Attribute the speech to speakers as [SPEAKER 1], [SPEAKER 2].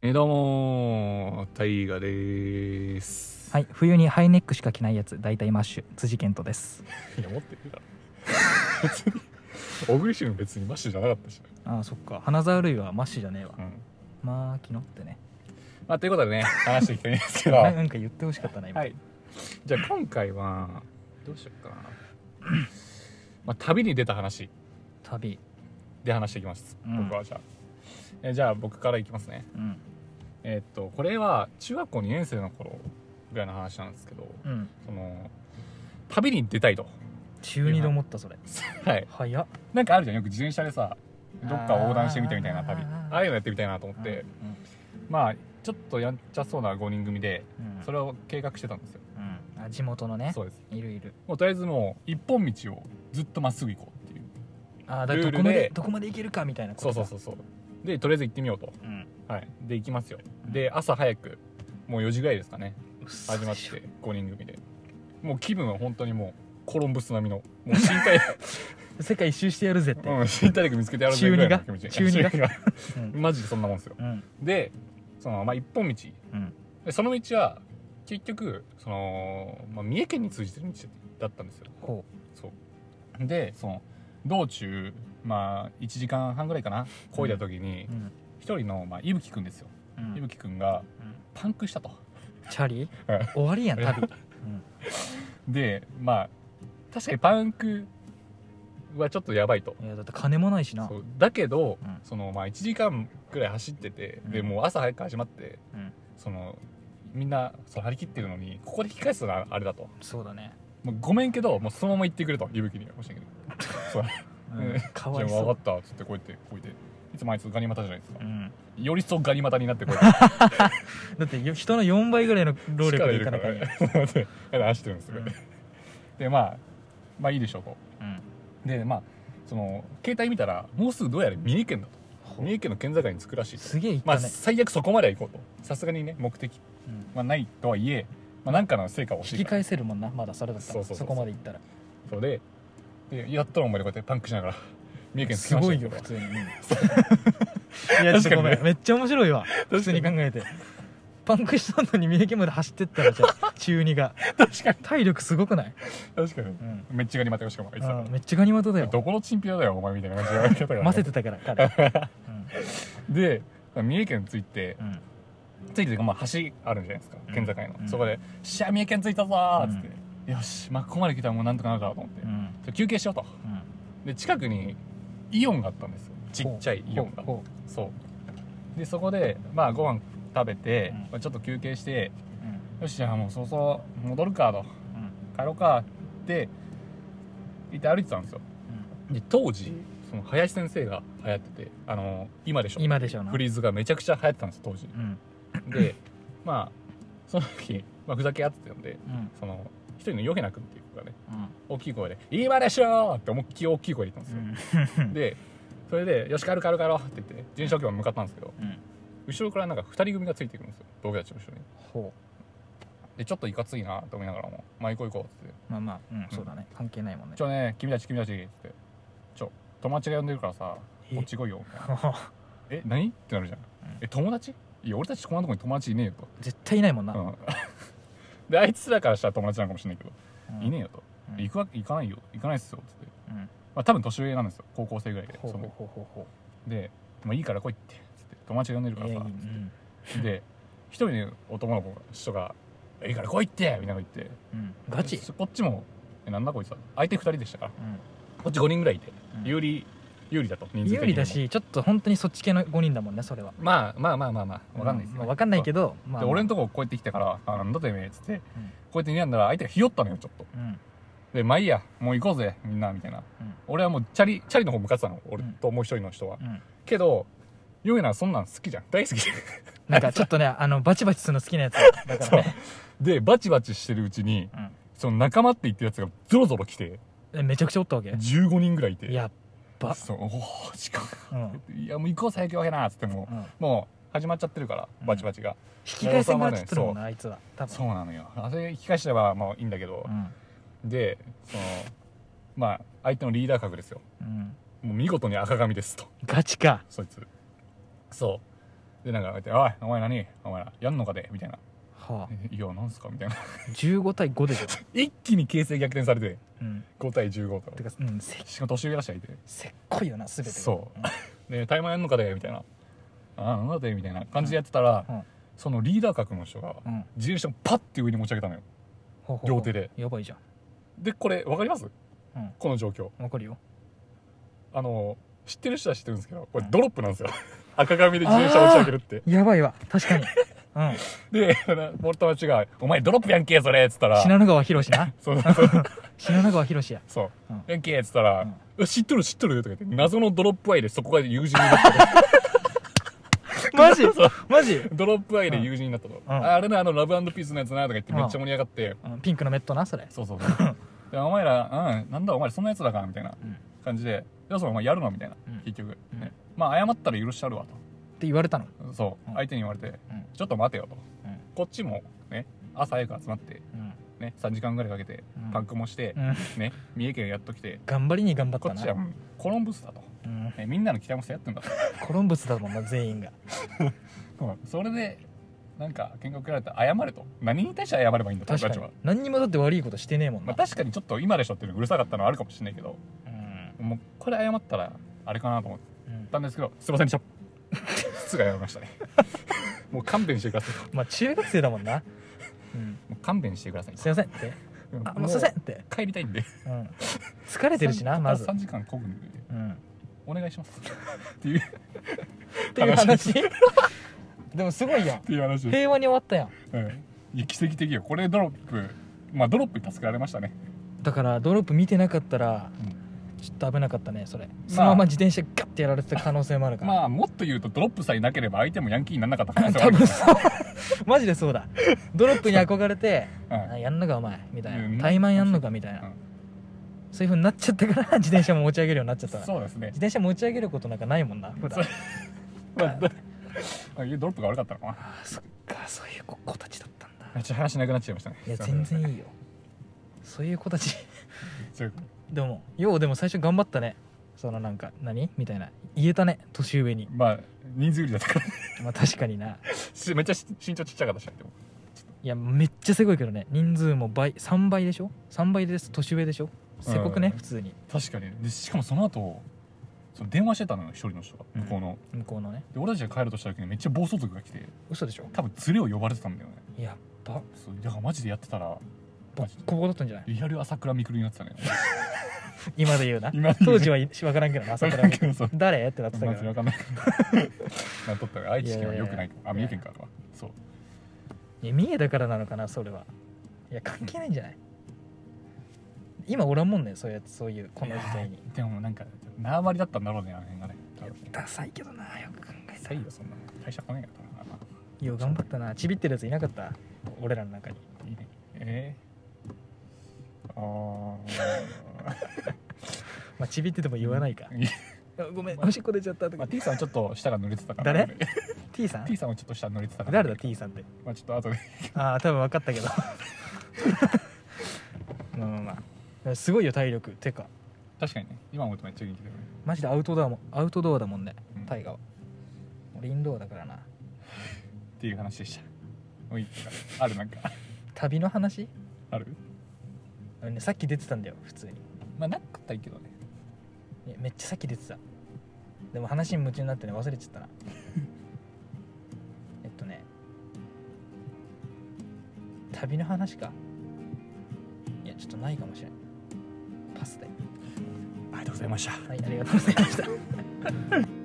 [SPEAKER 1] ねどうもタイガです
[SPEAKER 2] はい、冬にハイネックしか着ないやつ、大体マッシュ、辻健人です。
[SPEAKER 1] いや持ってるだろ別に小栗旬別にマッシュじゃなかったし、
[SPEAKER 2] ああ、そっか、花沢類はマッシュじゃねえわ
[SPEAKER 1] う。ん
[SPEAKER 2] まあ、昨日ってね。
[SPEAKER 1] まあ、ということでね話していきたいんですけど
[SPEAKER 2] な
[SPEAKER 1] は
[SPEAKER 2] なんか言ってほしかったな、今。
[SPEAKER 1] いじゃあ今回はどうしようかなまあ旅に出た話
[SPEAKER 2] 旅。
[SPEAKER 1] で話していきます、
[SPEAKER 2] うん
[SPEAKER 1] 僕はじゃあえじゃあ僕からいきますね
[SPEAKER 2] うん。
[SPEAKER 1] えっとこれは中学校2年生の頃ぐらいの話なんですけど
[SPEAKER 2] うん。
[SPEAKER 1] その旅に出たいと
[SPEAKER 2] 中二で思った、それ。
[SPEAKER 1] はい
[SPEAKER 2] 早っ。
[SPEAKER 1] なんかあるじゃんよく自転車でさどっか横断してみたみたいな旅
[SPEAKER 2] あー
[SPEAKER 1] ああいうのやってみたいなと思って
[SPEAKER 2] うん、
[SPEAKER 1] まあちょっとやんちゃそうな5人組で
[SPEAKER 2] うん
[SPEAKER 1] それを計画してたんですよ
[SPEAKER 2] うん。あ、地元のね。
[SPEAKER 1] そうです
[SPEAKER 2] いるいる。
[SPEAKER 1] もうとりあえずもう一本道をずっとまっすぐ行こうっていう
[SPEAKER 2] ああ、だ
[SPEAKER 1] ル
[SPEAKER 2] か
[SPEAKER 1] ール
[SPEAKER 2] らどこま
[SPEAKER 1] で
[SPEAKER 2] で、どこまで行けるかみたいなこと
[SPEAKER 1] そうそうそうそうでとりあえず行ってみようと
[SPEAKER 2] う。うん。
[SPEAKER 1] はいで行きますよで朝早くもう4時ぐらいですかね
[SPEAKER 2] 嘘
[SPEAKER 1] 始まっ
[SPEAKER 2] で
[SPEAKER 1] て
[SPEAKER 2] しょ
[SPEAKER 1] 5人組でもう気分は本当にもうコロンブス並みのもう新体
[SPEAKER 2] 世界一周してやるぜって。
[SPEAKER 1] うん、新大陸見つけてやるぜ
[SPEAKER 2] 中
[SPEAKER 1] ぐら
[SPEAKER 2] 二
[SPEAKER 1] い
[SPEAKER 2] が
[SPEAKER 1] の気持ち
[SPEAKER 2] 中二が
[SPEAKER 1] 中二が
[SPEAKER 2] うん。
[SPEAKER 1] マジでそんなもんですよ
[SPEAKER 2] うん。
[SPEAKER 1] でそのまあ一本道
[SPEAKER 2] うん。
[SPEAKER 1] でその道は結局その、まあ、三重県に通じてる道だったんですよ
[SPEAKER 2] こ
[SPEAKER 1] そうでその道中まあ1時間半ぐらいかな漕いだ時に
[SPEAKER 2] う。うん。
[SPEAKER 1] 一人の、まあ、伊吹くんですよ
[SPEAKER 2] う
[SPEAKER 1] 伊
[SPEAKER 2] ん。
[SPEAKER 1] 吹くんが
[SPEAKER 2] うん
[SPEAKER 1] パンクしたと
[SPEAKER 2] チャリ
[SPEAKER 1] うん
[SPEAKER 2] 終わりやん、旅。うん。
[SPEAKER 1] でまあ確かにパンクはちょっとやばいと
[SPEAKER 2] いやだって金もないしな
[SPEAKER 1] そうだけど、
[SPEAKER 2] うん
[SPEAKER 1] そのまあ、1時間くらい走ってて、で
[SPEAKER 2] うん
[SPEAKER 1] もう朝早く始まって、
[SPEAKER 2] うん
[SPEAKER 1] そのみんなそう張り切ってるのにここで引き返すのはあれだと
[SPEAKER 2] そうだね、
[SPEAKER 1] もうごめんけどもうそのまま行ってくれと伊吹には申し訳ないそう
[SPEAKER 2] うん
[SPEAKER 1] うん
[SPEAKER 2] かわい
[SPEAKER 1] じゃあ
[SPEAKER 2] そ
[SPEAKER 1] 分
[SPEAKER 2] う
[SPEAKER 1] かったっつってこうやってこうやっていつもあいつガニ股じゃないですか
[SPEAKER 2] う、ん、
[SPEAKER 1] より一層ガニ股になってこう やって
[SPEAKER 2] だってよ人の4倍ぐらいの労力でいかなきゃいけない、
[SPEAKER 1] 力入れるから ね走ってるんですよ、
[SPEAKER 2] うん
[SPEAKER 1] でまあまあいいでしょうと
[SPEAKER 2] うん
[SPEAKER 1] でまあその携帯見たらもうすぐどうやら三重県だと
[SPEAKER 2] ほ
[SPEAKER 1] 三重県の県境に着くらしいと
[SPEAKER 2] すげえ行っ
[SPEAKER 1] まあ
[SPEAKER 2] たね、
[SPEAKER 1] 最悪そこまでは行こうとさすがにね目的
[SPEAKER 2] うん
[SPEAKER 1] はないとはいえまあなんかの成果は欲し
[SPEAKER 2] 引
[SPEAKER 1] い
[SPEAKER 2] き
[SPEAKER 1] から
[SPEAKER 2] 返せるもんなまだそれだったら
[SPEAKER 1] そうそうそうそう
[SPEAKER 2] こまで行ったら
[SPEAKER 1] そうででやっとの思いでこうやってパンクしながら三重県着き
[SPEAKER 2] す
[SPEAKER 1] ました
[SPEAKER 2] ごいよ 普通に、うんいや
[SPEAKER 1] 確か
[SPEAKER 2] ちょっ
[SPEAKER 1] にね
[SPEAKER 2] とごめん、めっちゃ面白いわ
[SPEAKER 1] かに
[SPEAKER 2] 普通に考えてパンクしたのに三重県まで走ってったらじゃ あ中二が
[SPEAKER 1] 確かに
[SPEAKER 2] 体力すごくない、
[SPEAKER 1] 確かに
[SPEAKER 2] うん
[SPEAKER 1] めっちゃガニ股よしかもあいつだか
[SPEAKER 2] う
[SPEAKER 1] ら
[SPEAKER 2] んめっちゃガニ股だよ
[SPEAKER 1] どこのチンピラだよお前みたいな感じで言われ方が
[SPEAKER 2] 混ぜてたから彼、 うん
[SPEAKER 1] で三重県着いて
[SPEAKER 2] うん
[SPEAKER 1] 着いてというかまあ橋あるんじゃないですか
[SPEAKER 2] うん
[SPEAKER 1] 県境の、
[SPEAKER 2] うん
[SPEAKER 1] そこで「しゃあ三重県着いたぞ」っつって、よし、まあ、ここまで来たらもうなんとかなるだろうと思って、
[SPEAKER 2] うん
[SPEAKER 1] で休憩しようと
[SPEAKER 2] うん
[SPEAKER 1] で近くにイオンがあったんですよちっちゃいイオンが
[SPEAKER 2] ほうほ
[SPEAKER 1] そうでそこでまあご飯食べて、
[SPEAKER 2] うん
[SPEAKER 1] まあ、ちょっと休憩して
[SPEAKER 2] ううん
[SPEAKER 1] よしじゃあもうそうそう戻るかと
[SPEAKER 2] うん
[SPEAKER 1] 帰ろうかって言って歩いてたんですよで当時その林先生が流行っててあの今でしょ
[SPEAKER 2] 今でしょうな
[SPEAKER 1] フリーズがめちゃくちゃ流行ってたんです当時
[SPEAKER 2] うん
[SPEAKER 1] でまあその時、まあ、ふざけ合ってたので
[SPEAKER 2] うん
[SPEAKER 1] その一人のヨヘナ君っていう子がね
[SPEAKER 2] うん
[SPEAKER 1] 大きい声で「今でしょ!」って思いっきり大きい声で言ったんですよ、
[SPEAKER 2] うん
[SPEAKER 1] でそれで「よし帰る帰る帰ろう」って言って自転車置き場に向かったんですけど
[SPEAKER 2] うん
[SPEAKER 1] 後ろからなんか2人組がついてくるんですよ僕たちの後ろに
[SPEAKER 2] ほ
[SPEAKER 1] でちょっといかついなと思いながらも「まあ行こう行こう」っつって
[SPEAKER 2] うまあまあうんそうだね関係ないも
[SPEAKER 1] 「
[SPEAKER 2] んね
[SPEAKER 1] ちょね君たち君たち」っつって「ちょ友達が呼んでるからさ
[SPEAKER 2] え
[SPEAKER 1] こっち来いよ」みたいなえ何ってなるじゃん、
[SPEAKER 2] ん
[SPEAKER 1] え友達いや俺たちこんなとこに友達いねえよと、
[SPEAKER 2] 絶対いないもんな
[SPEAKER 1] うん であいつらからしたら友達なのかもしれないけど、
[SPEAKER 2] うん
[SPEAKER 1] いねえよと、
[SPEAKER 2] うん
[SPEAKER 1] 行くわけ行かないよ行かないっすよっつって、
[SPEAKER 2] うん
[SPEAKER 1] まあ、多分年上なんですよ高校生ぐらいで
[SPEAKER 2] ほう
[SPEAKER 1] そ
[SPEAKER 2] ほう
[SPEAKER 1] の
[SPEAKER 2] ほうほうほ
[SPEAKER 1] でもういいから来いってつって友達が呼んでる
[SPEAKER 2] う
[SPEAKER 1] から
[SPEAKER 2] い
[SPEAKER 1] さ
[SPEAKER 2] やいいうん
[SPEAKER 1] で一人の男の子が人が「いいから来いって!」みたいなこと言って
[SPEAKER 2] うんガチ
[SPEAKER 1] こっちも「えなんだこいつは」相手二人でしたから
[SPEAKER 2] うん
[SPEAKER 1] こっち五人ぐらいいて
[SPEAKER 2] うん
[SPEAKER 1] 有利有利だと人数的にも
[SPEAKER 2] 有利だしちょっと本当にそっち系の5人だもんねそれは
[SPEAKER 1] まあまあまあまあまあわかんないです
[SPEAKER 2] まあわかんないけ
[SPEAKER 1] ど
[SPEAKER 2] どまあ
[SPEAKER 1] で俺のとここうやって来たから「あなんだてめえ」っつって
[SPEAKER 2] うん
[SPEAKER 1] こうやって睨んだら相手がひよったのよちょっと
[SPEAKER 2] うん
[SPEAKER 1] で「まあいいやもう行こうぜみんな」みたいな
[SPEAKER 2] うん
[SPEAKER 1] 俺はもうチャリチャリの方向かってたの俺
[SPEAKER 2] うん
[SPEAKER 1] ともう一人の人は
[SPEAKER 2] うん
[SPEAKER 1] けどヨエナはそんなん好きじゃん大好きじゃん
[SPEAKER 2] なんかちょっとねあのバチバチするの好きなやつだか
[SPEAKER 1] そう
[SPEAKER 2] らね
[SPEAKER 1] でバチバチしてるうちに
[SPEAKER 2] うん
[SPEAKER 1] その仲間って言ってるやつがゾロゾロ来て
[SPEAKER 2] えめちゃくちゃおったわけ
[SPEAKER 1] 15人ぐらいいて
[SPEAKER 2] やっば
[SPEAKER 1] そうおお時間
[SPEAKER 2] うん
[SPEAKER 1] いやもう行こう最強やなっつっても
[SPEAKER 2] うん
[SPEAKER 1] うもう始まっちゃってるから
[SPEAKER 2] うん
[SPEAKER 1] バチバチが、
[SPEAKER 2] 引き返せんからっつってるもんなあいつは多分
[SPEAKER 1] そうなのよあれ引き返してばまあいいんだけど
[SPEAKER 2] う、ん
[SPEAKER 1] でそのまあ相手のリーダー格ですよ
[SPEAKER 2] うん
[SPEAKER 1] もう見事に赤髪ですと
[SPEAKER 2] ガチか
[SPEAKER 1] そいつそでなんかこうやって「おいお前何お前らやんのかで」みたいな
[SPEAKER 2] はあ
[SPEAKER 1] 「いやなんすか?」みたいな
[SPEAKER 2] 15対5でしょ、
[SPEAKER 1] 一気に形勢逆転されて
[SPEAKER 2] うん、
[SPEAKER 1] 5対15と
[SPEAKER 2] てかうんせ
[SPEAKER 1] しかも年上らしい相手
[SPEAKER 2] せっこいよな全てが
[SPEAKER 1] そうで「タイマーやんのかで」みたいな「ああなんだで」みたいな感じでやってたら、
[SPEAKER 2] うんうん
[SPEAKER 1] そのリーダー格の人が
[SPEAKER 2] うん、うん
[SPEAKER 1] 自転車をパッて上に持ち上げたのよ
[SPEAKER 2] ほうほうほう
[SPEAKER 1] 両手で
[SPEAKER 2] やばいじゃん
[SPEAKER 1] でこれ分かります
[SPEAKER 2] うん
[SPEAKER 1] この状況
[SPEAKER 2] わかるよ
[SPEAKER 1] あの知ってる人は知ってるんですけどこれ
[SPEAKER 2] うん
[SPEAKER 1] ドロップなんですよ 赤髪で自転車持ち上げるって
[SPEAKER 2] やばいわ確 かにうん
[SPEAKER 1] で 俺友達が「お前ドロップやんけそれ」っつったら
[SPEAKER 2] 信濃川博士な
[SPEAKER 1] そうそう そう
[SPEAKER 2] 信濃川博士や
[SPEAKER 1] そう
[SPEAKER 2] うん
[SPEAKER 1] やんけっつったら
[SPEAKER 2] うん
[SPEAKER 1] 「え知っとる知っとる」とか言って謎のドロップ愛でそこが友人にな ったと
[SPEAKER 2] マジ
[SPEAKER 1] そう
[SPEAKER 2] マジ、
[SPEAKER 1] ドロップ愛で友人になったと「
[SPEAKER 2] ん
[SPEAKER 1] ああれなあのラブピースのやつな」とか言ってめっちゃ盛り上がって
[SPEAKER 2] うん、ピンクのメットなそれ
[SPEAKER 1] そうそうそう でお前ら、うん、なんだお前らそんなやつだからみたいな
[SPEAKER 2] うん
[SPEAKER 1] 感じで「いやそれお前やるの?」みたいな
[SPEAKER 2] うん
[SPEAKER 1] 結局、
[SPEAKER 2] うん
[SPEAKER 1] ねまあ謝ったら許してあるわ
[SPEAKER 2] って言われたの
[SPEAKER 1] とそう、
[SPEAKER 2] うん
[SPEAKER 1] 相手に言われて
[SPEAKER 2] うん
[SPEAKER 1] 「ちょっと待てよ」と
[SPEAKER 2] うん
[SPEAKER 1] こっちもね朝早く集まって
[SPEAKER 2] うん
[SPEAKER 1] ね3時間ぐらいかけて
[SPEAKER 2] うん
[SPEAKER 1] パンクもして
[SPEAKER 2] うん
[SPEAKER 1] ね三重県やっときて
[SPEAKER 2] 頑張りに頑張った
[SPEAKER 1] こ
[SPEAKER 2] な
[SPEAKER 1] っちはうんコロンブスだと、
[SPEAKER 2] うん、
[SPEAKER 1] ねみんなの期待もしてやってん だと
[SPEAKER 2] コロンブスだもんな全員が
[SPEAKER 1] うんそれでなんか喧嘩を食られたら謝れと何に対して謝ればいいんだと僕
[SPEAKER 2] 確か
[SPEAKER 1] たち
[SPEAKER 2] に
[SPEAKER 1] は、
[SPEAKER 2] 何にもだって悪いことしてねえもん
[SPEAKER 1] ま
[SPEAKER 2] な、
[SPEAKER 1] あ、確かにちょっと今でしょっていうのうるさかったのはあるかもしれないけど
[SPEAKER 2] うん
[SPEAKER 1] もうこれ謝ったらあれかなと思って
[SPEAKER 2] うん
[SPEAKER 1] ったんですけどすいませんで したすぐ謝りましたねもう勘弁してください
[SPEAKER 2] まあ中学生だもんな、うん、
[SPEAKER 1] もう勘弁してください
[SPEAKER 2] すいませんってあもうすいませんって、
[SPEAKER 1] 帰りたいんで
[SPEAKER 2] うん、疲れてるしなまず、
[SPEAKER 1] 3時間こぐんで
[SPEAKER 2] うん、
[SPEAKER 1] お願いします っていうっ
[SPEAKER 2] っていう話 でもすごいやん
[SPEAKER 1] ていう話です、
[SPEAKER 2] 平和に終わったやん
[SPEAKER 1] うん、いや奇跡的よこれドロップまあドロップに助けられましたね
[SPEAKER 2] だからドロップ見てなかったら、
[SPEAKER 1] うん
[SPEAKER 2] ちょっと危なかったねそれそのまま自転車ガッてやられてた可能性もあるから、
[SPEAKER 1] まあもっと言うとドロップさえなければ相手もヤンキーにならなかった可能性はあ
[SPEAKER 2] 多
[SPEAKER 1] る
[SPEAKER 2] 分そうマジでそうだドロップに憧れて
[SPEAKER 1] うん
[SPEAKER 2] あやんのかお前みた
[SPEAKER 1] う
[SPEAKER 2] い
[SPEAKER 1] ん
[SPEAKER 2] な怠慢やんのかみたいな、
[SPEAKER 1] うん
[SPEAKER 2] そういうふうになっちゃったから 自転車も持ち上げるようになっちゃったな自
[SPEAKER 1] そうですね、
[SPEAKER 2] 転車持ち上げることなんかないもんな普段
[SPEAKER 1] まあ、どあドロップが悪かったのかな
[SPEAKER 2] あそっかそういう子子たちだったんだ
[SPEAKER 1] めっちゃ話なくなっちゃいましたね
[SPEAKER 2] いや全然いいよそういう子たち
[SPEAKER 1] そういう
[SPEAKER 2] でもようでも最初頑張ったねそのなんか何みたいな言えたね年上に
[SPEAKER 1] まあ人数売りだったから
[SPEAKER 2] まあ確かにな
[SPEAKER 1] しめっちゃ身長ちっちゃかったしでも
[SPEAKER 2] いやめっちゃすごいけどね人数も倍3倍でしょ3倍です年上でしょせこくね、
[SPEAKER 1] うん
[SPEAKER 2] 普通に
[SPEAKER 1] 確かにでしかもその後その電話してたのよ一人の人が
[SPEAKER 2] うん
[SPEAKER 1] 向こうの、
[SPEAKER 2] 向こうのね
[SPEAKER 1] で俺たちが帰るとした時にめっちゃ暴走族が来て
[SPEAKER 2] 嘘でしょ
[SPEAKER 1] 多分連れを呼ばれてたんだよね
[SPEAKER 2] やっば
[SPEAKER 1] そうだからマジでやってたら
[SPEAKER 2] ボッコボコだったんじゃない
[SPEAKER 1] リアル朝倉未来になってたね
[SPEAKER 2] 今で言うな
[SPEAKER 1] 今で言う
[SPEAKER 2] 当時は分からんけどな朝倉
[SPEAKER 1] わからん けど
[SPEAKER 2] 未
[SPEAKER 1] そう
[SPEAKER 2] 来誰ってなって た
[SPEAKER 1] マ
[SPEAKER 2] け
[SPEAKER 1] ジ
[SPEAKER 2] ど
[SPEAKER 1] で
[SPEAKER 2] ね
[SPEAKER 1] わかんない なんとったら愛知県はよくないあ三重県かとかそう
[SPEAKER 2] いや三重だからなのかなそれはいや関係ないんじゃない今おらんもんねそういうやつそういうこの時代に
[SPEAKER 1] いやでもなんか縄張りだったんだろうねあの辺がね多分
[SPEAKER 2] ダサいけどなよく考えた
[SPEAKER 1] 最
[SPEAKER 2] ら
[SPEAKER 1] 後そんなの大したこないやったな
[SPEAKER 2] よう頑張ったなちびってるやついなかった俺らの中に
[SPEAKER 1] いいねえー、あ
[SPEAKER 2] まあちびってても言わないか
[SPEAKER 1] ー いや
[SPEAKER 2] あごめんおしっこ出ちゃったと
[SPEAKER 1] ま
[SPEAKER 2] か
[SPEAKER 1] あ T さんはちょっと舌が濡れてたから
[SPEAKER 2] 誰 T さん
[SPEAKER 1] T さんはちょっと下に乗れてたから
[SPEAKER 2] 誰だ T さんって
[SPEAKER 1] まあちょっと後で
[SPEAKER 2] ああ多分分かったけど まあまあまあすごいよ体力てか
[SPEAKER 1] 確かにね今思うとめっちゃ元気だよね
[SPEAKER 2] マジでアウトドアもアウトドアだもんね
[SPEAKER 1] うん
[SPEAKER 2] 大河は俺インドアだからな
[SPEAKER 1] っていう話でしたもういいですかあるなんか
[SPEAKER 2] 旅の話
[SPEAKER 1] ある
[SPEAKER 2] あのねさっき出てたんだよ普通に
[SPEAKER 1] まあなかったらいいけどね
[SPEAKER 2] いやめっちゃさっき出てたでも話に夢中になってね忘れちゃったなえっとね旅の話かいやちょっとないかもしれないパスで
[SPEAKER 1] ありがとうございました
[SPEAKER 2] はいありがとうございました